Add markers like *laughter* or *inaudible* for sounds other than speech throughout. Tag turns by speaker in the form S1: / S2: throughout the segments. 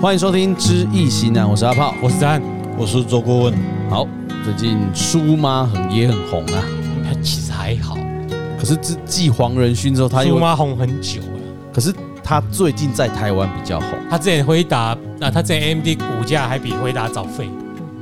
S1: 欢迎收听《知易行难》，我是阿炮。
S2: 我是子安，我是周顾问。
S1: 好，最近苏妈很也很红啊，
S2: 他其实还好，
S1: 可是自继黄仁勋之后，他
S2: 苏
S1: 又
S2: 妈红很久啊了。
S1: 可是他最近在台湾比较红。
S2: 他之前辉达，那、他之前 AMD 股价还比辉达早飞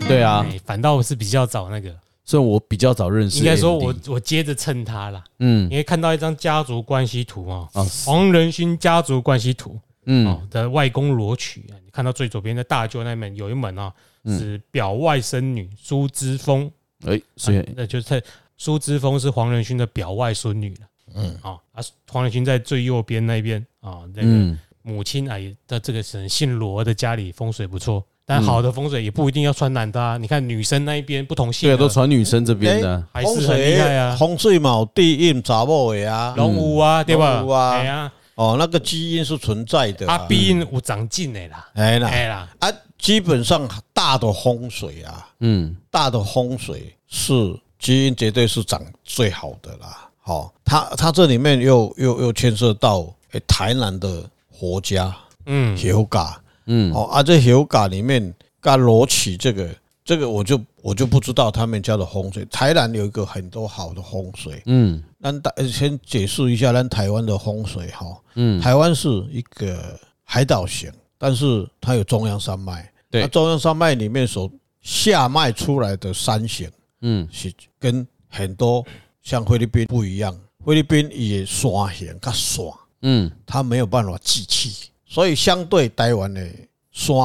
S1: 对
S2: 啊、
S1: 啊，
S2: 哎反倒是比较早那个。
S1: 虽然我比较早认识，
S2: 应该说我我接着蹭他啦，
S1: 嗯
S2: 因为看到一张家族关系图哦，
S1: 啊
S2: 黄仁勋家族关系图
S1: 嗯
S2: 哦的外公罗曲啊，你看到最左边的大舅那门有一门啊，
S1: 嗯
S2: 是表外甥女苏之峰，
S1: 哎，所以
S2: 啊那就是他苏之峰是黄仁勋的表外孙女了。嗯，哦啊，黄仁勋在最右边那边啊，那个
S1: 嗯
S2: 母亲啊，也在这个省姓罗的家里风水不错，但好的风水也不一定要穿男的啊。你看女生那一边不同姓
S1: 对啊，
S2: 的
S1: 都传女生这边的啊，
S2: 还是很厉害啊，
S3: 风水嘛，有地印查某的啊，
S2: 龙武啊，对吧？
S3: 龙武啊
S2: 哎呀，
S3: 哦，那个基因是存在的
S2: 啊，毕竟有长进的啦，
S3: 哎啦，
S2: 哎啦，
S3: 啊，基本上大的风水啊，
S1: 嗯
S3: 大的风水是基因绝对是长最好的啦。好、它它这里面又又又牵涉到、诶台南的佛家
S2: 嗯，
S3: 修嘎，
S1: 嗯
S3: 哦啊，这修嘎里面噶罗起这个这个我就我就不知道他们家的风水。台南有一个很多好的风水，
S1: 嗯
S3: 咱大先解释一下咱台湾的风水哈。
S1: 嗯
S3: 台湾是一个海岛型，但是它有中央山脉。
S1: 对
S3: 那中央山脉里面所下脉出来的山形
S1: 嗯
S3: 是跟很多像菲律宾不一样，菲律宾也山形较山，
S1: 嗯
S3: 它没有办法聚气，所以相对台湾的山，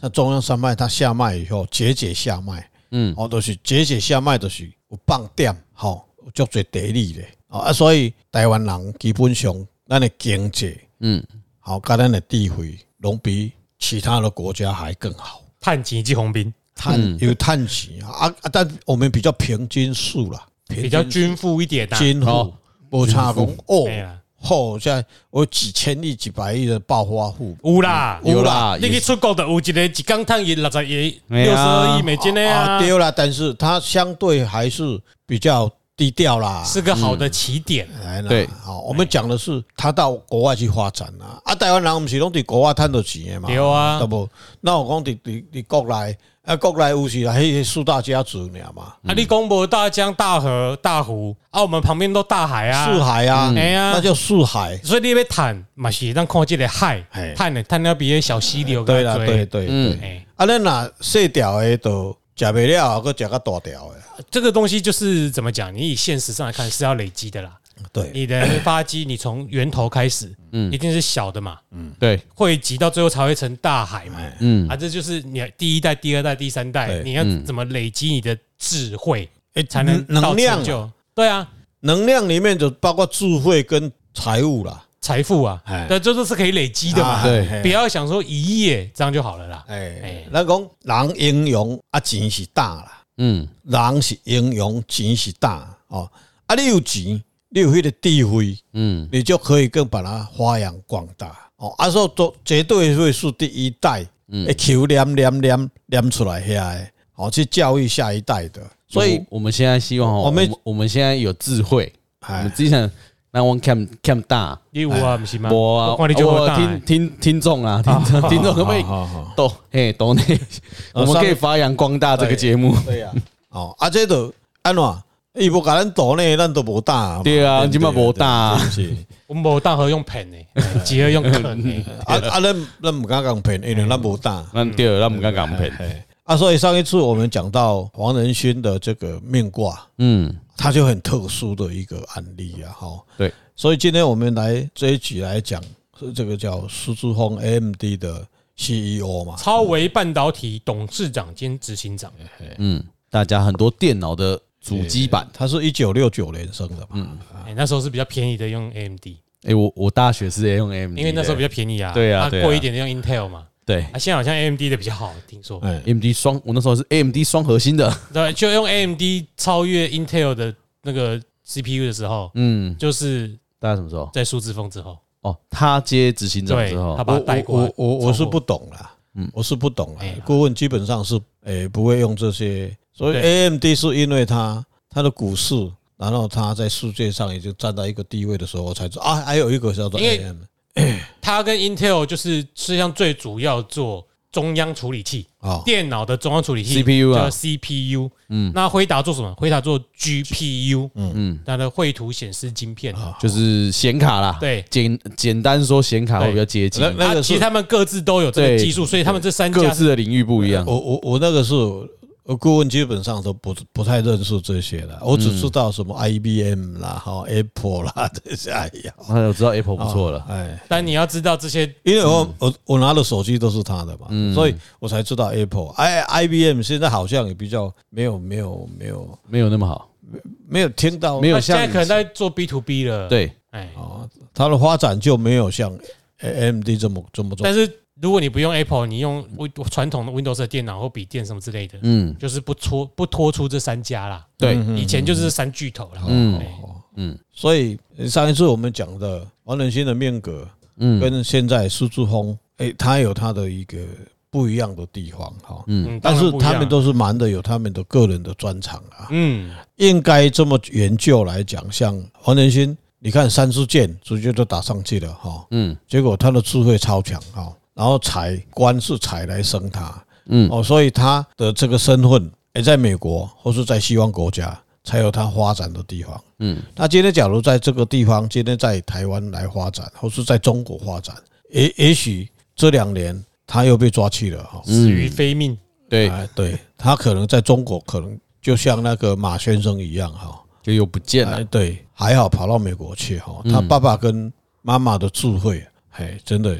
S3: 像中央山脉它下脉以后节节下脉，
S1: 嗯
S3: 哦，就是节节下脉，就是有放点，吼、有足侪地理咧，哦啊，所以台湾人基本上咱的经济，
S1: 嗯，
S3: 吼、甲咱的智慧，拢比其他的国家还更好，
S2: 探井及红兵嗯
S3: 碳有碳钱啊啊啊，但我们比较平均数啦，平均
S2: 比较均富一点的，啊
S3: 均
S1: 哦
S3: 富，无差讲
S2: 哎
S3: 哦
S2: 呀，
S3: 哦，现在我有几千亿、几百亿的暴发户，
S2: 有啦，
S1: 有啦，
S2: 你
S1: 也
S2: 去
S1: 是
S2: 出国的有一个一港趟也六十亿、
S1: 哎
S2: 六十
S1: 呀
S2: 二亿美金的啊，
S3: 哦对啦，但是它相对还是比较低调啦，
S2: 是个好的起点。
S3: 来啦
S1: 对
S3: 好，我们讲的是他到国外去发展啦，啊，台湾人不是拢伫国外赚到钱的嘛，
S2: 哎对啊
S3: 对不？那我讲伫伫伫国内，啊，国内有时啊，迄个四大家族尔嘛，
S2: 啊，你公博大江、大河、大湖啊，我们旁边都大海啊，
S3: 四海啊，
S2: 哎呀
S3: 那叫四海，
S2: 所以你要探嘛是让看这个海
S3: 嘿，
S2: 探的探了比个小溪流
S3: 对
S2: 更
S3: 啦，
S2: 多。
S3: 对对
S1: 嗯
S3: 对，
S2: 哎，
S3: 啊，咱若细条的都食不了，搁食个大条的，
S2: 这个东西就是怎么讲？你以现实上来看是要累积的啦。
S3: 对，
S2: 你的挥发机，你从源头开始，嗯，一定是小的嘛，
S1: 对，
S2: 汇集到最后才会成大海嘛。
S1: 嗯
S2: 啊，这就是你第一代、第二代、第三代，
S3: 对
S2: 你要怎么累积你的智慧，
S3: 诶
S2: 才能到
S3: 哎能量
S2: 成
S3: 啊，
S2: 就？对啊，
S3: 能量里面就包括智慧跟财务啦，
S2: 财富啊
S3: 哎，
S2: 对，这都是可以累积的嘛
S3: 啊。
S1: 对
S3: 嘿
S2: 不要想说一夜这样就好了啦。
S3: 哎
S2: 哎，
S3: 咱讲人英勇啊，钱是大啦。
S1: 嗯
S3: 人是英勇，钱是大哦。啊，你有钱，你有迄个智慧，
S1: 嗯
S3: 你就可以更把它发扬光大哦。啊，所以都绝对会是第一代，会求念念念念出来遐的，哦，去教育下一代的。所以
S1: 我，我们现在希望哦，我
S3: 我们
S1: 们我们现在有智慧，我
S3: 哎
S1: 们，之前那 one cam cam 大。
S2: 你有啊，不是吗？
S1: 我啊，
S2: 看你就
S1: 我
S2: 好大
S1: 听
S2: 欸。
S1: 听听众啊，听众听众可不可以
S3: 好好好
S1: 懂？嘿，懂你，我们
S3: 上
S1: 可以发扬光大这个节目。
S3: 对呀，哦，啊，这都安怎？伊无甲咱大呢，咱都无大嘛。
S1: 对啊
S3: 不
S1: 现在没大啊
S3: 对不对
S2: 我们无当何用骗的，
S1: *laughs*
S2: 只好用啃的。
S3: 啊啊，咱咱毋敢讲骗，因为咱无大。
S1: 那对了，那我们刚刚配，
S3: 哎啊，所以上一次我们讲到黄仁勋的这个命卦，
S1: 嗯，
S3: 它就很特殊的一个案例啊，哈。
S1: 对，
S3: 所以今天我们来这一集来讲，是这个叫苏志峰 AMD 的 CEO 嘛，
S2: 超维半导体董事长兼执行长，
S1: 嗯，大家很多电脑的主机板，
S3: 他是一九六九年生的嘛，
S2: 哎，那时候是比较便宜的用 AMD，
S1: 哎，我我大学是用 AMD，
S2: 因为那时候比
S1: 较
S2: 较便宜啊。
S1: 嗯对啊对啊
S2: 贵一点的用 Intel 嘛。
S1: 对
S2: 啊，现在好像 AMD 的比较好，听说。
S3: 哎，
S1: AMD 双，我那时候是 AMD 双核心的，
S2: 对，就用 AMD 超越 Intel 的那个 CPU 的时候，
S1: 嗯，
S2: 就是
S1: 大家什么时候？
S2: 在数字峰之后，
S1: 哦，他接执行长
S2: 对
S1: 之，后
S2: 他，把
S3: 我
S2: 它带过来
S3: 我我我是
S2: 超过
S3: 不懂啦，嗯，我是不懂啦
S2: 哎呀，
S3: 顾问基本上是诶不会用这些，所以
S2: 对
S3: AMD 是因为它它的股市，然后它在世界上已经站到一个地位的时候，我才知道啊，还有一个叫做
S2: 因为
S3: AM，
S2: 它跟 Intel 就是实际上最主要做中央处理器，
S3: 啊，
S2: 电脑的中央处理器
S1: CPU 啊
S2: 叫 CPU。
S1: 嗯
S2: 嗯，那辉达做什么？辉达做 GPU，
S1: 嗯，
S2: 它的绘图显示晶片。
S1: 就是显卡啦，
S2: 对
S1: 简简单说显卡会比较接近
S3: 那，那
S2: 啊
S3: 个
S2: 其
S3: 是
S2: 实他们各自都有这个
S1: 对
S2: 技术，所以他们这三
S1: 各
S2: 家
S1: 自的领域不一样。
S3: 我我我那个是我顾问基本上都不不太认识这些了，我只
S1: 嗯
S3: 知道什么 IBM 啦、哈 Apple 啦 *laughs* 这些。哎呀，
S1: 那我知道
S2: 啊
S1: Apple 不错
S2: 哦
S1: 了，嗯
S3: 哎，
S2: 但你要知道这些
S3: 因为我我我拿的手机都是他的嘛，所以我才知道 Apple。哎，IBM 现在好像也比较没有没有没有
S1: 没有那么好，
S3: 没有听到
S1: 没有
S2: 他哦现
S1: 像
S2: 在可能
S1: 以前
S2: 在做 B to B 了。，
S1: 对，
S2: 哎，
S3: 啊，它的发展就没有像 AMD 这么这么重
S2: 但。是如果你不用 Apple，你用 Win- 传统的 Windows 的电脑或笔电什么之类的，
S1: 嗯，
S2: 就是不拖不拖出这三家啦。
S3: 嗯
S1: 对，
S2: 以前就是这三巨头啦。
S1: 嗯
S2: 哎
S3: 所以上一次我们讲的王仁新的命格，
S1: 嗯
S3: 跟现在苏志峰，哎，他有他的一个不一样的地方哈。
S2: 嗯，
S3: 但是
S2: 当然不一样
S3: 他们都是蛮的有他们的个人的专长啊。
S2: 嗯，
S3: 应该这么研究来讲，像黄仁勋，你看三支箭直接就打上去了哈，
S1: 嗯
S3: 结果他的智慧超强哈，然后才官是才来生他
S1: 嗯
S3: 哦，所以他的这个身份也在美国或是在西方国家才有他发展的地方。
S1: 嗯，
S3: 那今天假如在这个地方，今天在台湾来发展，或是在中国发展，也也许这两年他又被抓去了哈。
S2: 死于非命，
S1: 对，
S3: 哎，对他可能在中国，可能就像那个马先生一样哈。
S1: 就又不见
S3: 哎，
S1: 了，
S3: 对，还好跑到美国去哈。
S1: 嗯
S3: 他爸爸跟妈妈的智慧，哎，真的。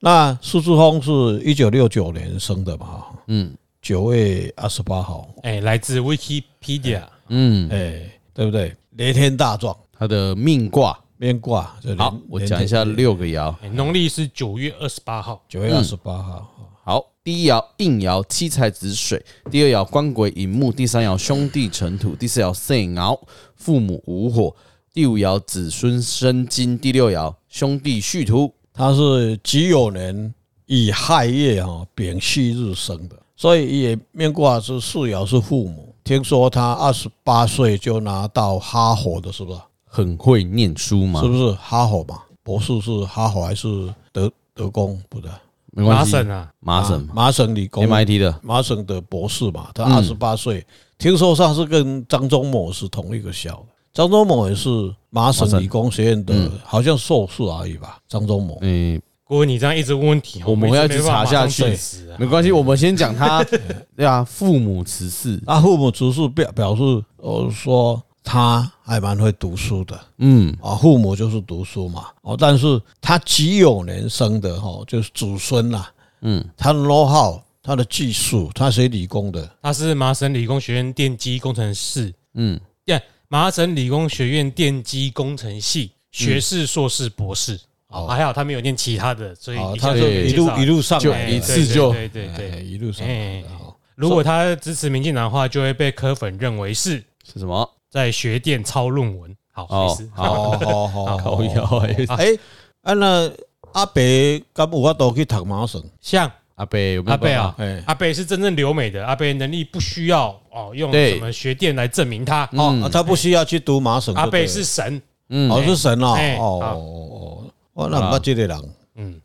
S3: 那苏志峰是一九六九年生的嘛，哈
S1: 嗯
S3: 九月二十八号，
S2: 哎，来自 Wikipedia，
S1: 嗯，
S3: 哎，对不对？雷天大壮，
S1: 他的命卦，
S3: 面卦。这
S1: 好
S3: 连，
S1: 我讲一下六个爻，
S2: 哎农历是九月二十八号，
S3: 九月二十八号。
S1: 好，第一爻应爻七财子水，第二爻官鬼寅木，第三爻兄弟成土，第四爻肾爻父母无火，第五爻子孙生金，第六爻兄弟戌土。
S3: 他是己酉年乙亥月哈丙戌日生的，所以也面卦是四爻是父母。听说他二十八岁就拿到哈佛的，是不是？
S1: 很会念书吗
S3: 是？不是哈佛嘛？博士是哈佛还是德德工？不对，
S1: 没
S2: 麻
S1: 关系，
S2: 省啊，
S1: 麻省
S3: 麻省理工，
S1: MIT 的，
S3: 麻省的博士嘛。他
S1: 嗯
S3: 二十八岁，听说上次跟张忠谋是同一个校的。张忠谋也是麻省理工学院的，好像硕士而已吧。张忠谋，
S1: 嗯，
S2: 郭文，你这样一直问问题，
S1: 我们要去查下去
S2: 去。
S1: 没关系，我们先讲
S2: *laughs*
S1: 他，对啊，父母慈氏，
S3: 啊，父母只是表表示，呃，说他还蛮会读书的。
S1: 嗯
S3: 啊，父母就是读书嘛，哦，但是他己酉年生的哈、哦，就是祖孙呐、
S1: 嗯，
S3: 他的 know how，他的技术，他学理工的，
S2: 他是麻省理工学院电机工程师，
S1: 嗯，
S2: 耶，麻省理工学院电机工程系
S1: 嗯
S2: 学士、硕士、博士。哦，还好他没有念其他的，所以
S3: 哦，
S2: 一下
S3: 他
S2: 就
S3: 就
S1: 对
S3: 一
S2: 介绍
S3: 路
S2: 了
S3: 一路上来
S1: 就
S3: 的
S1: 一次就
S2: 对对对
S3: 哎
S2: 对。
S3: 一路上来的
S2: 哎
S3: 哦
S2: 如果他支持民进党的话，就会被科粉认为是
S1: 是什么？
S2: 在学电抄论文。好，没
S1: 哦
S2: 事，
S1: 好
S3: 哦，好 *laughs* 好好，
S1: 靠腰欸
S3: 哎，啊那阿北敢有法度去读麻省？
S2: 像
S1: 阿贝有没
S2: 阿
S1: 有
S2: 贝
S1: 办
S2: 啊
S1: 法？
S3: 哎，
S2: 阿贝是真正留美的，阿贝能力不需要哦用
S1: 对
S2: 什么学电来证明他。
S3: 哦，他不需要去读麻省就对了，
S2: 阿贝是神，
S1: 嗯，
S3: 哦是神哦，
S2: 哎
S3: 哦
S2: 好
S3: 哦哦，我那不这个人。
S2: 嗯，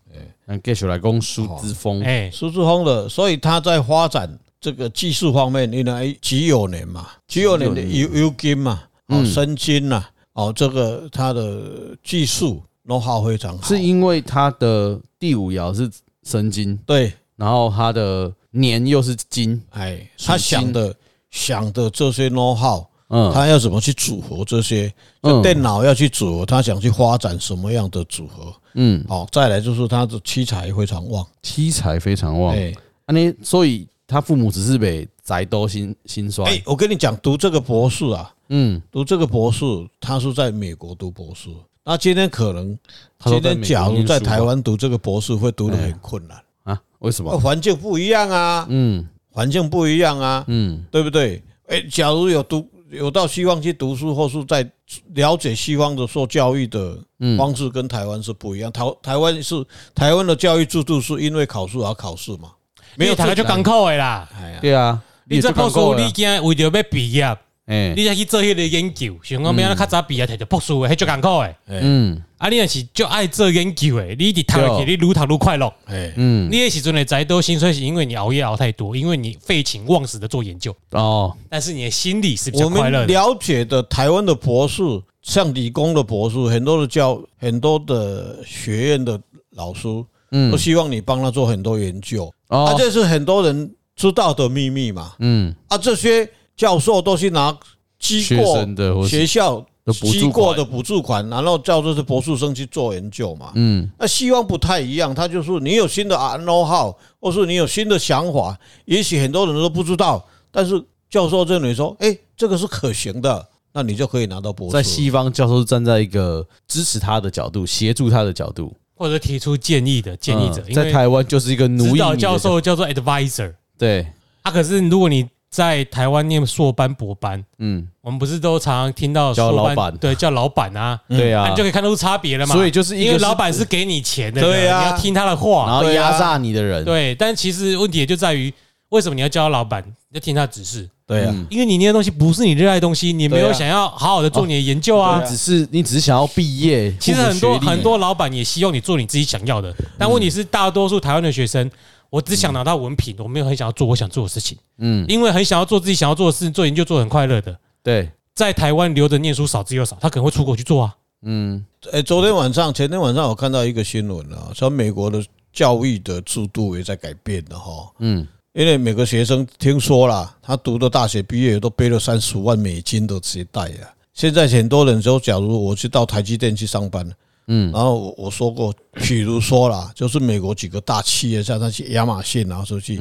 S1: 那 get 来攻苏之风，
S2: 哎，
S3: 苏志峰的，所以他在发展这个技术方面，因为己酉年嘛，己酉年的酉酉金嘛，哦，
S1: 嗯
S3: 生金呐、哦，这个他的技术能耗非常好，
S1: 是因为他的第五爻是申金，
S3: 对，
S1: 然后他的年又是金，
S3: 哎，
S1: 金
S3: 他想的想的这些能耗，
S1: 嗯，
S3: 他要怎么去组合这些？
S1: 嗯
S3: 就电脑要去组合，他想去发展什么样的组合？
S1: 嗯，
S3: 哦，再来就是他的七财非常旺，
S1: 七财非常旺，
S3: 哎
S1: 啊，你所以他父母只是被宅都心心衰，
S3: 哎，我跟你讲，读这个博士啊，
S1: 嗯，
S3: 读这个博士，他是在美国读博士。那今天可能，
S1: 他都
S3: 今
S1: 在
S3: 天
S1: 美国
S3: 假如
S1: 念书
S3: 在
S1: 吧哎
S3: 台湾读哦这个博士，会读得很困难，
S1: 啊，为什
S3: 那
S1: 么？
S3: 环境不一样啊，
S1: 嗯
S3: 环境不一样啊，
S1: 嗯
S3: 对不对？哎，假如有读有到西方去读书，或是在了解西方的受教育的
S1: 嗯，
S3: 方式，跟台湾是不一样。台台湾是台湾的教育制度是因为考试而考试嘛，没有
S2: 他就
S3: 自然
S2: 港口的啦。
S3: 哎呀，
S1: 对啊，
S2: 你这
S1: 也就
S2: 本
S1: 看够
S2: 书，
S1: 了
S2: 你今天为着要毕业，
S1: 哎、
S2: 你才去做迄个研究，想讲要安较早毕业摕着博士诶，迄足艰苦诶。
S1: 嗯
S2: 啊，你若是足爱做研究诶，你伫读落去，你愈读愈快乐。
S3: 哎，
S1: 嗯，
S2: 你迄时阵诶宅都心酸，是因为你熬夜熬太多，因为你废寝忘食的做研究，
S1: 哦，
S2: 但是你的心里是比较
S3: 我
S2: 快乐的。
S3: 们了解的台湾的博士，像理工的博士，很多的教很多的学院的老师，
S1: 嗯
S3: 都希望你帮他做很多研究，啊，
S1: 哦，
S3: 这是很多人知道的秘密嘛。
S1: 嗯，
S3: 啊，这些教授都是拿机
S1: 学
S3: 过
S1: 生的或是
S3: 学校
S1: 的补助
S3: 机构
S1: 款
S3: 的补助款，然后叫这些博士生去做研究嘛。
S1: 嗯
S3: 那希望不太一样，他就是你有新的啊 know how，或是你有新的想法，也许很多人都不知道，但是教授认为说，哎、这个是可行的，那你就可以拿到博士。
S1: 在西方教授是站在一个支持他的角度，协助他的角度，
S2: 或者提出建议的建议者，
S1: 嗯
S2: 因
S1: 在
S2: 为
S1: 台湾就是一个奴役
S2: 指
S1: 你
S2: 导
S1: 的
S2: 教授叫做 advisor
S1: 对，
S2: 啊。可是如果你在台湾念硕班、博班，
S1: 嗯，
S2: 我们不是都常常听到
S1: 叫
S2: 硕班
S1: 老板
S2: 对，叫老板啊，
S1: 对
S2: 那
S1: 啊
S2: 你就，可以看得出差别了嘛。
S1: 所以就是一个
S2: 因为
S1: 是
S2: 老板是给你钱的，
S3: 对啊
S2: 你要听他的话
S1: 然。后
S3: 对啊
S1: 压榨你的人，
S2: 对，但其实问题也就在于，为什么你要教老板？你要听他的指示，
S3: 对啊，
S1: 嗯
S2: 因为你念的东西不是你热爱的东西，你没
S3: 对
S2: 有
S3: 啊
S2: 想要好好的做你的研究啊。
S1: 只是你只是想要毕业，
S2: 其实
S1: 获得
S2: 很多
S1: 学历
S2: 很多老板也希望你做你自己想要的，但问题是，大多数台湾的学生，我只想拿到文凭，我没有很想要做我想做的事情，
S1: 嗯，
S2: 因为很想要做自己想要做的事，做研究做得很快乐的。
S1: 对，
S2: 在台湾留着念书少之又少，他可能会出国去做啊。
S1: 嗯
S3: 哎、昨天晚上、前天晚上我看到一个新闻啊，说美国的教育的制度也在改变的哈，
S1: 嗯，
S3: 因为每个学生听说啦，他读的大学毕业都背了三十万美金的学贷啊。现在很多人说，假如我去到台积电去上班，
S1: 嗯，
S3: 然后我我说过，比如说啦，就是美国几个大企业，像那些亚马逊啊出去，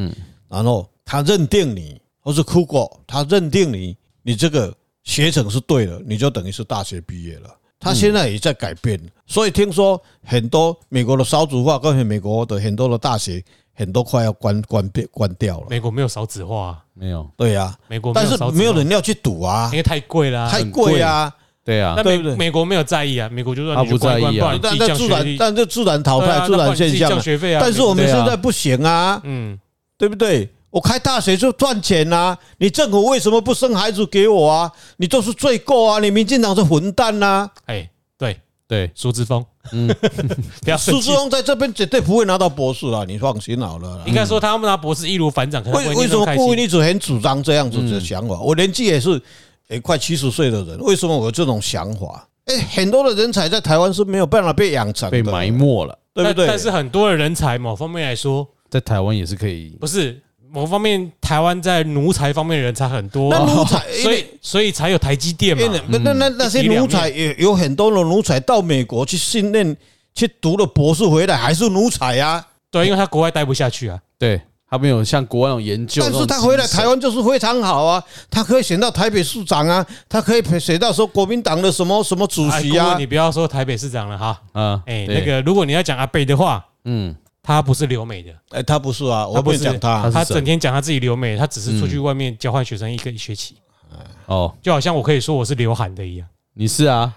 S3: 然后他认定你，或是 Google，他认定你，你这个学程是对的，你就等于是大学毕业了。他现在也在改变，所以听说很多美国的少子化，跟美国的很多的大学，很多快要关关闭关掉了。
S2: 美国没有少子化、啊，
S1: 没有，
S3: 对呀、
S2: 美国
S3: 但是
S2: 少子化
S3: 没有人要去赌啊
S2: 因，为太贵啦、
S3: 太贵啊，
S1: 对啊
S2: 那，
S3: 对
S2: 美
S3: 不对
S2: 美国没有在意啊，美国就说
S1: 他
S2: 你
S1: 不
S2: 就
S1: 在
S2: 关一关
S1: 意啊
S2: 不然你自
S3: 但
S2: 己
S3: 但
S2: 降
S3: 自
S2: 学
S3: 然
S2: 历，
S3: 但这自然淘
S2: 对
S3: 汰，
S2: 啊
S3: 自
S2: 那不然
S3: 然
S2: 你自己
S3: 现象
S2: 降
S3: 啊。
S2: 学费啊。
S3: 但是我们
S1: 对啊
S3: 现在不行啊，
S2: 嗯，
S3: 对不对？我开大学就赚钱啊，你政府为什么不生孩子给我啊？你就是罪过啊！你民进党是混蛋啊呐、
S2: 哎，对，
S1: 对，
S2: 苏之峰，
S1: 嗯
S2: 嗯， *laughs* 不要
S3: 啊！苏
S2: 生
S3: 志
S2: 气。
S3: 庸在这边绝对不会拿到博士啊，你放心好了啦。
S2: 应该说他们拿博士易如反掌，可能
S3: 为为什么顾问一直很主张这样子的想法？我年纪也是，也快七十岁的人，为什么我有这种想法？哎，很多的人才在台湾是没有办法被养成
S1: 被
S3: 的，
S1: 埋没了，
S3: 对不对？
S2: 但是很多的人才，某方面来说，
S1: 在台湾也是可以，
S2: 不是某方面，台湾在奴才方面的人才很多
S3: 那
S2: 啊， *laughs*
S3: 奴才，
S2: 所以所以才有台积电
S3: 因为
S2: 嘛。
S3: 那那那那些奴才也有很多的奴才到美国去训练，去读了博士回来还是奴才啊。
S2: 对，因为他国外待不下去啊。
S1: 对他没有像国外那种研究，
S3: 但是他回来台，湾就是非常好啊，他可以选到台北市长啊，他可以选到说国民党的什么什么主
S2: 哎
S3: 席
S2: 顾问
S3: 啊
S2: 你。不要说台北市长了哈。
S1: 啊，
S2: 哎，
S1: 对
S2: 那，个如果你要讲阿贝的话，
S1: 嗯，
S2: 他不是留美的，
S3: 哎，他不是啊，我
S2: 他
S3: 不
S2: 不
S3: 是
S2: 是
S3: 讲他
S1: 他，
S2: 他
S1: 是
S2: 整天讲他自己留美，他只是出去外面交换学生一个一学期，
S1: 哦，
S2: 就好像我可以说我是留韩的一样。
S1: 你是啊，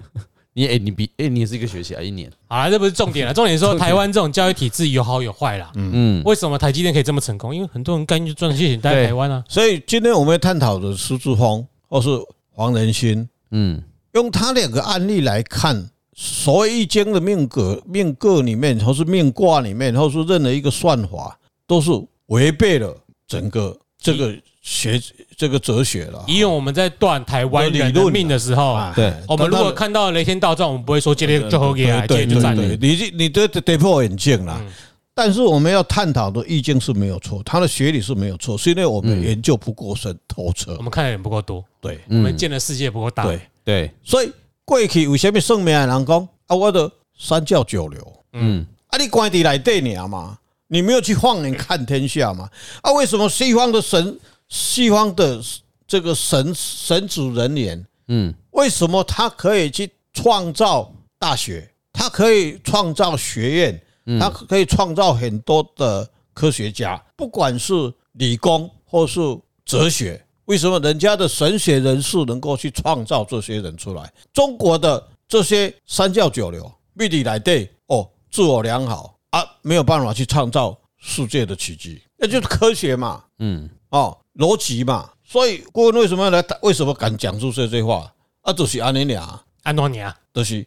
S2: *laughs*
S1: 你哎、你比哎、你也是一个学期啊，一年，
S2: 好了，这不是重点了，重点是说台湾这种教育体制有好有坏啦。
S1: 嗯，
S2: 为什么台积电可以这么成功？因为很多人甘于赚这些钱待在台湾啊。
S3: 所以今天我们要探讨的苏志峰或是黄仁勋，
S1: 嗯，
S3: 用他两个案例来看，所谓易经的命格、命格里面，或是命卦里面，或是任何一个算法，都是违背了整个这个学这个哲学了。
S2: 以往我们在断台湾人的命的时候，
S3: 啊
S1: 对
S2: 我们如果
S3: 看
S2: 看到雷天大壮，我们不会说今天最后给啊，今
S3: 对
S2: 天就
S3: 对
S2: 占
S3: 对，
S2: 领。嗯
S3: 你你这跌破眼镜了。但是我们要探讨的易经是没有错，它的学理是没有错，是因为我们研究不够深透彻
S2: 我。们看的人不够多，
S3: 对
S2: 我
S1: 嗯
S2: 们见的世界不够大。
S3: 对，
S1: 对，
S3: 所以过去为什么圣明的人讲啊，我的三教九流。
S1: 嗯，
S3: 啊，你关伫内底尔嘛，你没有去放眼看天下嘛？啊，为什么西方的神，西方的这个神神主人员，
S1: 嗯，
S3: 为什么他可以去创造大学，他可以创造学院，他可以创造很多的科学家，不管是理工或是哲学，为什么人家的神学人士能够去创造这些人出来？中国的这些三教九流，密里来对哦，自我良好啊，没有办法去创造世界的奇迹，那就是科学嘛。
S1: 嗯，
S3: 哦，逻辑嘛。所以郭文为什么要来台？为什么敢讲出这些话？啊，就是安尼俩，
S2: 安诺尼啊，
S3: 就是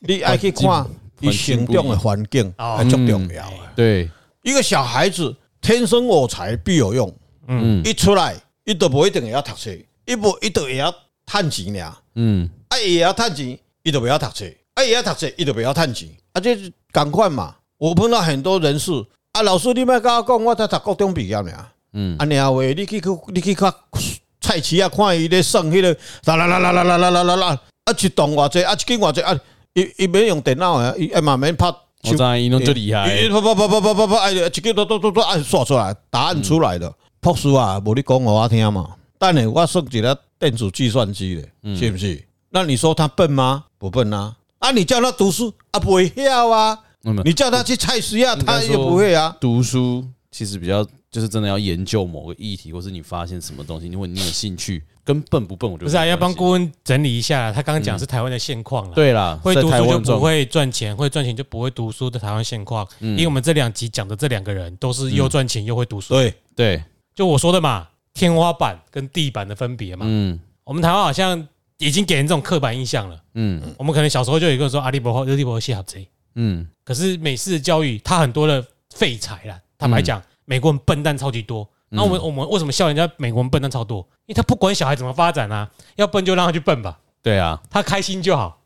S3: 你爱去看伊成长的环境，
S2: 哦
S3: 还足重要的。
S1: 对，
S3: 一个小孩子天生我材必有用，
S1: 嗯
S3: 一出来，伊都不一定会晓读册，伊无伊都会晓趁钱俩。
S1: 嗯，
S3: 啊，会晓趁钱，伊就不要读册；啊，会晓读册，伊就不要趁钱。啊，这是赶快嘛！我碰到很多人士，啊，老师，你莫甲我讲，我才读高中毕业尔。
S1: 嗯
S3: 嗯，啊，娘话，你去去，你去看菜市啊，看伊咧算迄个啦啦啦啦啦啦啦啦啦啦，啊，一栋偌济，啊，一斤偌济，啊，伊伊免用电脑诶，伊嘛免拍
S1: 我
S3: 手
S1: 知伊拢最厉害
S3: 伊，啪啪啪啪啪啪啪，哎，一个都都都都按刷出来，答案出来
S1: 嗯
S3: 了。博士啊，无你讲给我听嘛。等下我算一个电子计算机
S1: 嗯
S3: 咧，是不是？那你说他笨吗？不笨啊。啊，你叫他读书啊，不会晓啊。
S1: 那么
S3: 你叫他去菜市啊，
S1: 应该
S3: 他
S1: 说
S3: 也不会啊。
S1: 读书其实比较就是真的要研究某个议题，或是你发现什么东西，如果你有兴趣，跟笨不笨，我觉得
S2: 不是啊，
S1: 没
S2: 要
S1: 关
S2: 帮
S1: 系
S2: 顾问整理一下啦。他刚刚讲是台湾的现况了，，
S1: 对啦，
S2: 会
S1: 在
S2: 读
S1: 台
S2: 书就
S1: 湾
S2: 不
S1: 状
S2: 会赚钱，会赚钱就不会读书的台湾现况。
S1: 嗯
S2: 因为我们这两集讲的这两个人都是又赚钱又会读书，
S3: 对，
S1: 对，
S2: 就我说的嘛，天花板跟地板的分别嘛。
S1: 嗯
S2: 我们台湾好像已经给人这种刻板印象了。
S1: 嗯
S2: 我们可能小时候就有一个人说阿利伯后，阿利伯西好贼，
S1: 嗯
S2: 可是美式的教育它很多的废材啦。坦白
S1: 嗯
S2: 讲，美国人笨蛋超级多。那我们我们为什么笑人家美国人笨蛋超多？因为他不管小孩怎么发展啊，要笨就让他去笨吧，
S1: 对啊，
S2: 他开心就好。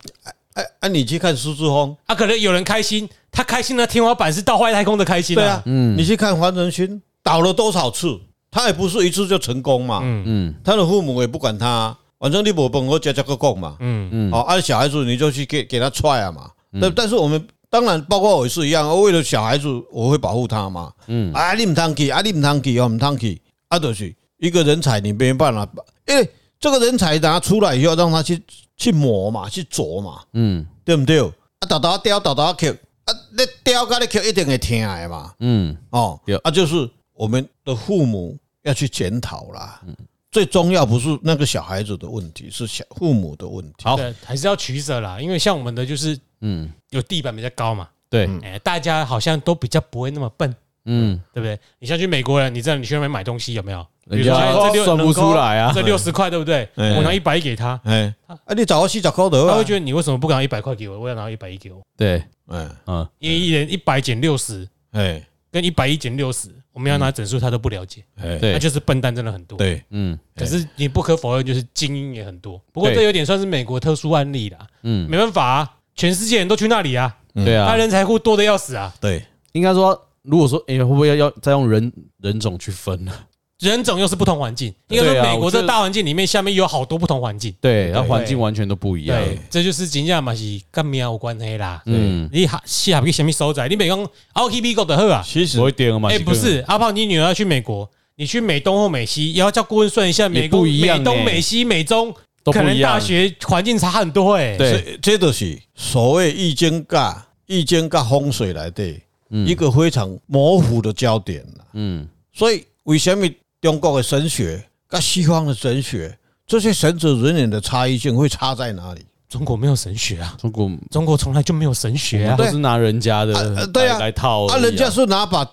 S3: 哎哎，你去看苏志峰，
S2: 啊，可能有人开心，他开心的天花板是到外太空的开心、
S3: 对啊，，
S1: 嗯
S3: 你去看黄仁勋倒了多少次，他也不是一次就成功嘛。
S2: 嗯
S1: 嗯
S3: 他的父母也不管他啊，反正你无本我家家个讲嘛。
S2: 嗯，
S1: 嗯
S3: 哦，按、小孩子你就去给给他踹啊嘛。但、但是我们当然包括我也是一样，哦为了小孩子我会保护他嘛。
S1: 嗯
S3: 啊，你唔通去，啊你唔通去，哦唔通去，啊就是一个人才你没办法，因为这个人才拿出来以后，让他去去磨嘛，去琢嘛，
S1: 嗯
S3: 对不对？啊，倒倒雕，倒倒扣，啊，你雕跟你扣一定会听的嘛。
S1: 嗯
S3: 哦
S1: 对，
S3: 啊，就是我们的父母要去检讨啦。最重要不是那个小孩子的问题，是小父母的问题。
S1: 好
S2: 对，还是要取舍啦，因为像我们的就是
S1: 嗯，
S2: 有地板比较高嘛，
S1: 对，
S2: 哎、大家好像都比较不会那么笨，
S1: 嗯，
S2: 对不对？你像去美国人，你知道你去那边买东西有没有？比
S1: 人
S2: 如说
S1: 家
S2: 哎这六
S1: 算不出来啊
S2: 这，六十块对不对？
S3: 嗯
S2: 我拿一百给他，
S3: 哎，啊，你找我洗澡扣头啊？
S2: 他会觉得你为什么不拿一百块给我？我要拿一百一给我，
S1: 对，
S3: 得，哎
S1: 嗯
S2: 因为一人一百减六十，
S3: 哎
S2: 跟一百一减六十，我们要拿整数，他都不了解，
S3: 哎，
S1: 对
S2: 那就是笨蛋真的很多。
S3: 对，
S1: 嗯
S2: 可是你不可否认，就是精英也很多。不过
S1: 对
S2: 这有点算是美国特殊案例啦，
S1: 嗯，
S2: 没办法啊，全世界人都去那里啊，
S1: 对啊
S2: 他，人才库多的要死啊，
S3: 对，
S1: 应该说，如果说哎、会不会要要再用人人种去分呢？
S2: 人种又是不同环境。应该
S1: 对
S2: 说
S1: 啊
S2: 美国
S1: 我觉
S2: 这
S1: 得
S2: 大环境里面，下面有好多不同环境。
S1: *laughs* 对，然后环境完全都不一样。
S2: 对，这就是真正嘛是跟命有关系啦。
S1: 嗯，
S2: 你哈适合去什么所在？你别讲啊，我去美国就好啊。
S3: 其实
S1: 不会点了嘛？
S2: 哎，不是，阿炮，你女儿要去美国，你去美东或美西，也要叫顾问算一下美
S1: 也
S2: 东、
S1: 不一样
S2: 美东、
S1: 欸
S2: 美西、美中，
S1: 都不
S2: 可能
S1: 一样
S2: 大学环境差很多哎。
S1: 对
S3: 这这都是所谓易经噶易经噶风水来的
S1: 嗯
S3: 一个非常模糊的焦点啦
S1: 嗯
S3: 所以为什么中国的神学跟西方的神学这些神职人员的差异性会差在哪里？
S2: 中国没有神学啊，
S1: 中国
S2: 中国从来就没有神学啊
S1: 都。是拿人家的
S3: 啊
S1: 来、
S3: 呃对啊
S1: 来套而已
S3: 啊，人家是拿把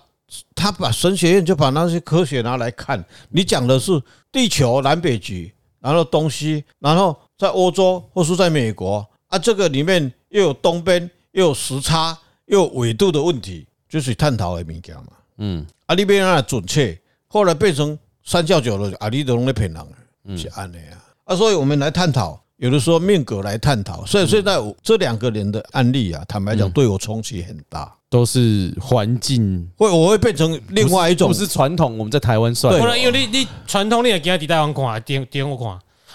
S3: 他把神学院就把那些科学拿来看，你讲的是地球南北极，然后东西，然后在欧洲或是在美国啊，这个里面又有东边，又有时差，又有纬度的问题，就是探讨的物件嘛。
S1: 嗯
S3: 啊，你变那准确，后来变成三教九流，啊，你都拢在骗人
S1: 嗯
S3: 了，是安尼啊。啊，所以我们来探讨，有的时候命格来探讨，所以现在我这两个人的案例啊，坦
S1: 嗯
S3: 白讲，对我冲击很大。
S1: 都是环境
S3: 会我会变成另外一种
S1: 不是不是传统，我们在台湾算
S2: 不然因为你你传统你也给他伫台湾看，点点我看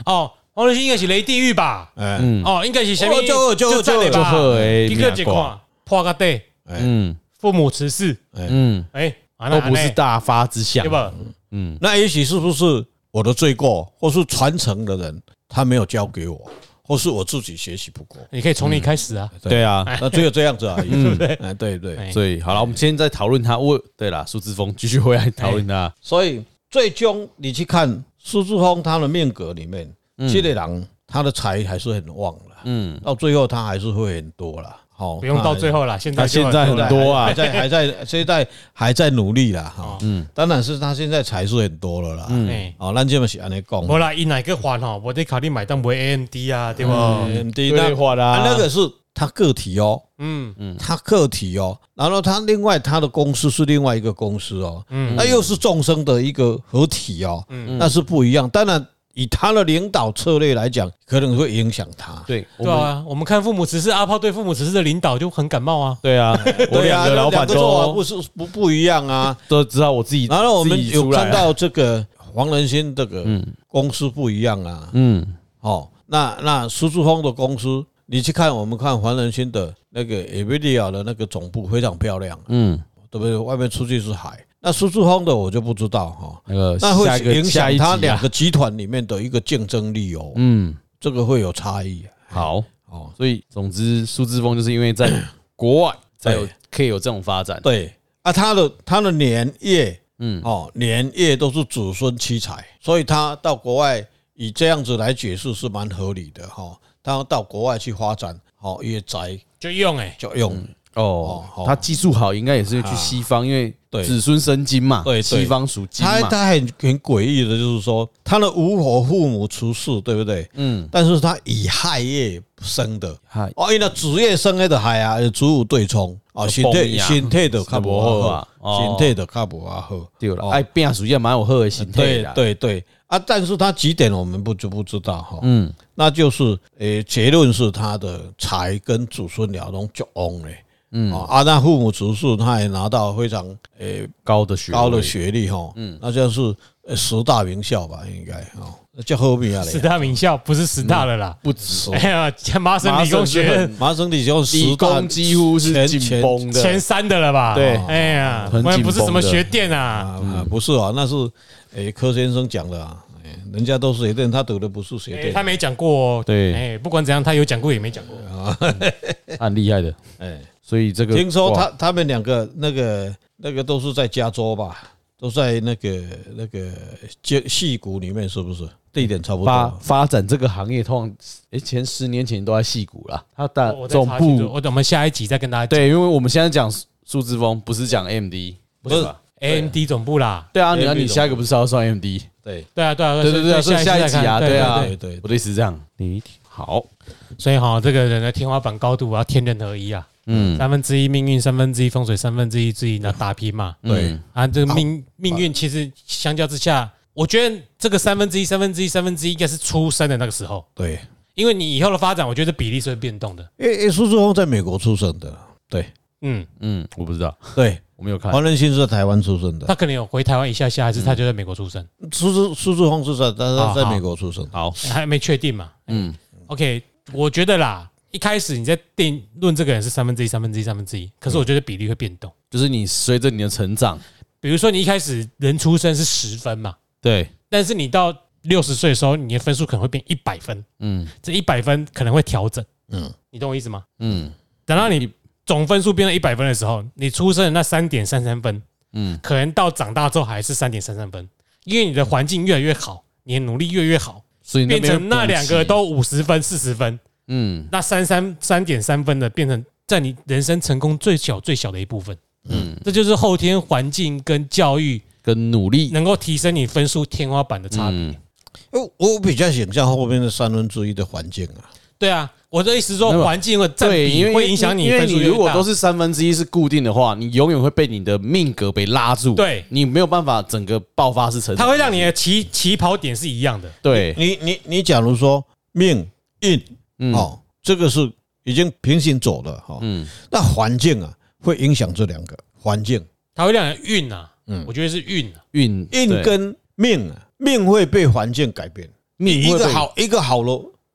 S2: 哦，黄仁勋应该是雷地狱吧？
S3: 哎
S1: 嗯
S2: 哦，应该是什么
S3: 哦？就好就好
S2: 这样
S3: 啊就
S1: 好就好
S2: 吧？
S1: 哎
S2: 一个一看破个地，
S3: 哎，
S1: 嗯
S2: 父母辞世，
S1: 嗯，
S2: 哎，啊
S1: 都不是，大发之
S2: 那
S1: 下
S2: 对，吧？
S1: 嗯
S3: 那也许是不是我的罪过，或是传承的人他没有教给我，或是我自己学习不够，
S2: 你可以从你开始啊，
S1: 对啊，
S3: 那只有这样子而已，对不对？哎，对对，
S2: 哎
S1: 所以好了，我们今天在讨论他。我对啦，苏之峰继续回来讨论他。
S3: 所以最终你去看苏志峰他的命格里面，这类人他的财还是很旺了，
S1: 嗯
S3: 到最后他还是会很多了。好，
S2: 不用到最后啦，
S3: 哎
S2: 现在
S1: 那
S2: 就
S1: 现在
S2: 很多
S1: 很
S2: 啦
S1: 多
S3: 还
S1: 啊，
S3: 在还在现在还在努力啦哈
S2: 哦。
S3: 嗯，当然是他现在财数很多了啦。
S2: 哎，
S3: 哦，咱这么是安尼讲。
S2: 无啦，伊哪个还吼，我得考虑买单不会 AMD 啊，对不？
S3: 嗯，对，那
S1: 对话啦
S3: 啊，那个是他个体哦，
S2: 嗯嗯
S3: 他个体哦，然后他另外他的公司是另外一个公司哦，
S2: 嗯
S3: 那又是众生的一个合体哦，
S2: 嗯
S3: 那是不一样。当然，以他的领导策略来讲，可能会影响他。
S1: 对，我
S2: 对
S1: 们
S2: 啊，我们看父母只是阿炮对父母只是的领导就很感冒啊，
S1: 对啊，
S3: *laughs*
S1: 我
S3: 对
S1: 两
S3: 啊
S1: 个老
S3: 两
S1: 板
S3: 个做法
S1: 都
S3: 不是不不一样啊。
S1: 都知道我自己，
S3: *laughs* 然后我
S1: 自
S3: 们
S1: 己
S3: 有
S1: 出来啊
S3: 看，到这个黄仁勋这个
S1: 嗯
S3: 公司不一样啊，
S1: 嗯，
S3: 哦，那那苏志峰的公司，你去看我们看黄仁勋的那个 NVIDIA 的那个总部非常漂亮，
S1: 嗯，
S3: 对不对？外面出去是海。那苏志峰的我就不知道哈、
S1: 那个
S3: 那会
S1: 呃下一个
S3: 影
S1: 下
S3: 响
S1: 一集啊
S3: 他两个集团里面的一个竞争力哦，
S1: 嗯，
S3: 这个会有差异啊
S1: 好，
S3: 哦。
S1: 所以总之，苏之峰就是因为在国外才有可以有这种发展，
S3: 对啊，他的他的年业，
S1: 嗯
S3: 嗯，哦，年业都是子孙七彩，所以他到国外以这样子来解释是蛮合理的哈、哦。他到国外去发展，好、哦、也宅
S2: 就用哎，
S3: 就用。
S1: 哦
S3: 哦，啊
S1: 他技术好，应该也是去西方，因为
S3: 对
S1: 子孙生金嘛，
S3: 对对
S1: 西方属金
S3: 他
S1: 嘛，
S3: 他很很诡异的，就是说他的无火父母出世，对不对？
S1: 嗯，
S3: 但是他以亥业生的，
S1: 嗨，
S3: 哦，因为子业生的就亥啊，子午对冲啊，
S1: 就
S3: 身
S1: 崩
S3: 体
S1: 呀
S3: 身体就较
S1: 就
S3: 无好
S1: 不好啊
S3: 啊，
S1: 哦
S3: 身体就较无啊好。
S1: 对了，
S3: 哦
S1: 哎，变属也蛮有好的心态
S3: 对
S1: 的，，
S3: 对对啊，但是他几点我们不知不知道哈，
S1: 嗯，
S3: 那就是诶，结论是他的财跟祖孙鸟拢就翁嘞，嗯啊，那父母子嗣他也拿到非常诶
S1: 高的学位
S3: 高的，学历哈，嗯，那就是呃十大名校吧，应该哦，那叫
S1: *laughs*
S3: 后面啊
S2: 十
S3: 嘞，
S2: 大名校不是十大了啦，
S1: 不 *laughs* 止哦
S3: 哦
S2: 哎呀，麻省
S1: 麻
S2: 理工
S1: 省是
S2: 学院
S1: 很
S3: 麻省理工
S1: 理
S3: 十大
S1: 工几乎是
S3: 前
S1: 紧
S3: 前
S1: 绷啊的，
S2: 前三的了吧？
S1: 对
S2: 哎呀，我
S1: 很紧绷的
S2: 们不是什么学店啊，
S1: 嗯
S3: 啊，啊不是啊，那是诶柯先生讲的啊，诶人家都是学电，他读的不是学
S2: 哎
S3: 电，
S2: 他没讲过哦，
S1: 对啊
S2: 哎，不管怎样，他有讲过也没讲过，
S1: 很厉害的，
S3: 哎。
S1: 所以这个
S3: 听说
S1: 哇
S3: 他他们两个那个那个都是在加州吧，都在那个那个街戏谷里面，是不是？地点差不
S1: 发
S3: 多。
S1: 发展这个行业，通常诶前十年前都在戏谷啦，他的
S2: 哦我我再
S1: 总
S2: 查清楚
S1: 部
S2: 我等我们下一集再跟大家讲
S1: 对，因为我们现在讲数字风，不是讲 AMD，不
S3: 是
S1: 吧？
S2: AMD 总部啦，
S1: 对啊，
S3: AMD
S1: 你啊，你下一个不是要算 AMD？
S3: 对
S2: 对啊对啊，
S1: 对对对啊，所以下一集啊，
S2: 再看
S1: 对啊
S3: 对对，对
S1: 我的意思是这样，你好，
S2: 所以哈，这个人的天花板高度啊，天人合一啊，
S1: 嗯，
S2: 三分之一命运，三分之一风水，三分之一自己那打拼嘛。
S3: 对
S1: 嗯，
S2: 啊，这个命命运其实相较之下，我觉得这个三分之一、三分之一、三分之一应该是出生的那个时候，
S3: 对，
S2: 因为你以后的发展，我觉得比例是会变动的。
S3: 诶诶，苏志峰在美国出生的，对
S2: 嗯，
S1: 嗯，我不知道， *laughs*
S3: 对，
S1: 我没有看，
S3: 黄仁勋是在台湾出生的，
S2: 他可能有回台湾一下下，还是他就在美国出生，
S3: 苏志苏志峰是在
S2: 好
S1: 啊
S3: 他在美国出生的，
S1: 好，
S2: 还没确定嘛。
S1: 嗯
S2: OK，我觉得啦，一开始你在定论这个人是三分之一、三分之一、三分之一，可是我觉得比例会变动。
S1: 就是你随着你的成长，
S2: 比如说你一开始人出生是十分嘛，
S1: 对，
S2: 但是你到六十岁的时候，你的分数可能会变一百分，
S1: 嗯
S2: 这一百分可能会调整，
S3: 嗯，
S2: 你懂我意思吗？
S1: 嗯
S2: 等到你总分数变成一百分的时候，你出生的那三点三三分，
S1: 嗯
S2: 可能到长大之后还是三点三三分，因为你的环境越来越好，你的努力越来越好，
S1: 所以
S2: 变
S1: 边
S2: 成那
S1: 补
S2: 两个
S1: 齐，
S2: 都五十分、四十分，
S1: 嗯
S2: 那三三三点三分的变成在你人生成功最小最小的一部分，
S1: 嗯，
S2: 这就是后天环境跟教育
S1: 跟努力
S2: 能够提升你分数天花板的差别。
S1: 嗯
S3: 我哦我比较倾向后面的三分之一的环境啊，
S2: 对啊，我的意思说
S1: 那么
S2: 环境的占
S1: 对，因
S2: 比
S1: 为
S2: 会影响你
S1: 因为
S2: 分数
S1: 你
S2: 越
S1: 如果
S2: 大
S1: 都是三分之一是固定的话，你永远会被你的命格被拉住，
S2: 对
S1: 你没有办法整个爆发式成长，
S2: 它会让你的起起跑点是一样的。
S1: 对，
S3: 你你你假如说命运
S1: 嗯
S3: 哦，这个是已经平行走了哈，
S1: 嗯
S3: 那环境啊会影响这两个环境。
S2: 它会让人运啊，
S3: 嗯
S2: 我觉得是运、啊，
S1: 运
S3: 运
S1: 对
S3: 跟命啊，命会被环境改变。
S1: 命
S3: 一
S1: 会
S3: 个
S1: 被
S3: 好一个好的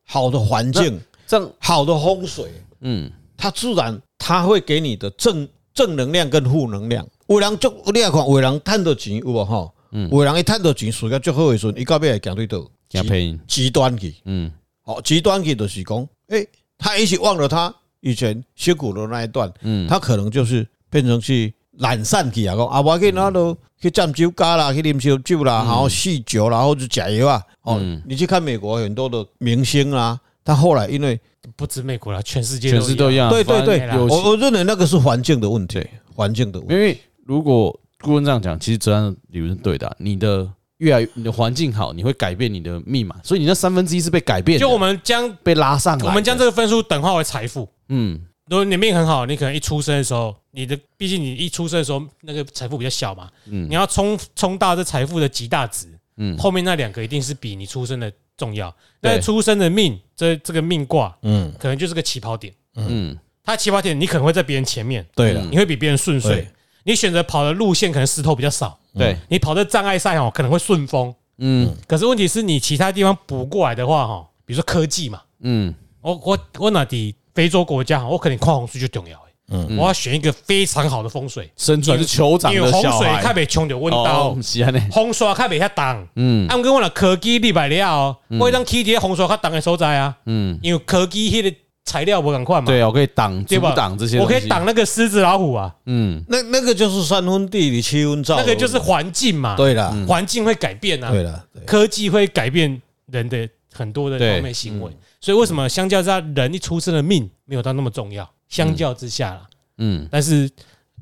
S3: 好的环境，
S1: 这样，
S3: 好的风水，
S1: 嗯
S3: 它自然它会给你的正正能量跟负能量。有人就你也看，有人赚到钱有无吼？
S1: 嗯
S3: 有人一赚到钱，事业足好的时阵，伊到尾会行对倒
S1: 加
S3: 极
S1: 配音，
S3: 极端去。
S1: 嗯
S3: 哦，极端去就是讲，诶，他也许忘了他以前辛苦的那一段，
S1: 嗯，
S3: 他可能就是变成去懒散去啊，讲啊，我去那
S1: 嗯
S3: 都去占酒家啦，去啉烧酒啦，然后酗酒啦，或者吃药啊。哦
S1: 嗯，
S3: 你去看美国很多的明星啦、啊他后来因为
S2: 不止美国了，全世界
S1: 全是都一
S2: 样。
S1: 样。
S3: 对对对
S1: 反正有
S3: 我我认为那个是环境的问题
S1: 对，
S3: 环境的问题。
S1: 因为如果顾问这样讲，其实哲安的理论是对的啊、你的越来越你的环境好，你会改变你的密码，所以你那三分之一是被改变的，
S2: 就我们将
S1: 被拉上来。
S2: 我们将这，个分数等号为财富。
S1: 嗯，
S2: 如果你命很好，你可能一出生的时候，你的毕竟你一出生的时候那个财富比较小嘛，
S1: 嗯
S2: 你要冲冲大这财富的极大值，
S1: 嗯
S2: 后面那两个一定是比你出生的重要。
S1: 对
S2: 那出生的命这这个命卦
S3: 嗯
S2: 可能就是个起跑点，
S1: 嗯，
S2: 它起跑点你可能会在别人前面，
S3: 对了，
S2: 你会比别人顺遂
S3: 对，
S2: 你选择跑的路线可能石头比较少，
S1: 对，
S2: 你跑的障碍赛哦可能会顺风，
S1: 嗯
S2: 可是问题是你其他地方补过来的话哈，比如说科技嘛，
S1: 嗯，
S2: 我哦我我哪底非洲国家，我可能跨红树就重要
S3: 嗯
S2: 嗯，我要选一个非常好的风水，
S1: 生出来是酋长
S2: 因为
S1: 的
S2: 洪
S1: 小
S2: 水较
S1: 孩，
S2: 袂冲着阮
S1: 哦
S2: 兜
S1: 不，是安尼，
S2: 风沙较袂遐重。
S1: 嗯
S2: 啊，毋过我若科技立白了哦，我当去伫风沙较重的所在啊，
S1: 嗯，
S2: 因为科技迄个材料无共款嘛，
S1: 对啊，我可以挡阻
S2: 对吧？
S1: 挡这些，
S2: 我可以挡，那个狮子老虎啊，
S1: 嗯
S3: 那那个就是三分地理七分照，
S2: 那个就是环境嘛，
S1: 嗯
S3: 对了，
S2: 环境会改变啊，
S3: 对了，对
S2: 科技会改变人的很多的
S1: 对嗯
S2: 方面行为，所以为什么相较之下，人一出生的命没有到那么重要？相较之下啦，
S1: 嗯，
S2: 但是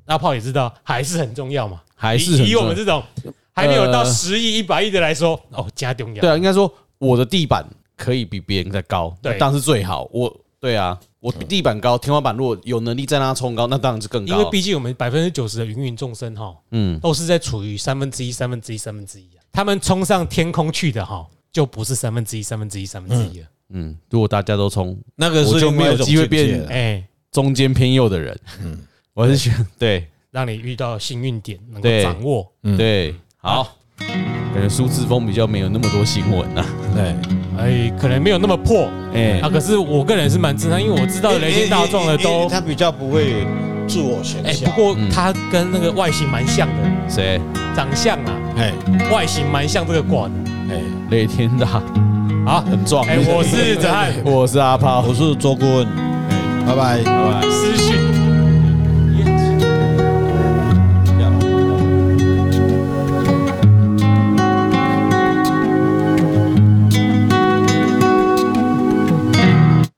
S2: 阿炮也知道还是很重要嘛，
S1: 还是
S2: 以
S1: 很
S2: 以我们
S1: 重要
S2: 这种还没有到
S1: 呃
S2: 十亿、一百亿的来说，哦，加重要。
S1: 对啊，应该说我的地板可以比别人再高，
S2: 对
S1: 那当然是最好。我对啊，我地板高，天花板如果有能力再让它冲高，那当然是更高。
S2: 因为毕竟我们百分之九十的芸芸众生哈，
S1: 嗯
S2: 都是在处于三分之一、三分之一、三分之一啊，他们冲上天空去的哈，就不是三分之一、三分之一、三分之一了。
S1: 嗯，如果大家都冲
S3: 那个
S1: 我
S3: 是
S1: 就没有
S3: 另外一种
S1: 机会
S3: 境界
S1: 变
S3: 了
S2: 哎，
S1: 中间偏右的人，嗯，我是选对
S2: 让你遇到幸运点，能够
S1: 对
S2: 掌握。
S3: 嗯
S1: 对好。感觉苏志峰比较没有那么多新闻啊，
S3: 对。
S2: 哎，可能没有那么破，
S1: 哎
S2: 啊，可是我个人是蛮正常，因为我知道雷霆大众的
S3: 因为
S2: 都，
S3: 他比较不会自我形
S2: 哎，
S3: 象。
S2: 不过他跟那个外形蛮像的，
S1: 谁？
S2: 长相啊，
S3: 哎
S2: 外形蛮像这个卦的。啊
S3: 哎，
S1: 雷天大
S2: 好，
S1: 很壮，
S2: 哎哎，我是哲翰，
S1: *laughs* 我是阿
S3: 好，
S1: 炮，
S3: 我是周顾问，拜拜。
S1: 拜拜。
S2: 私讯。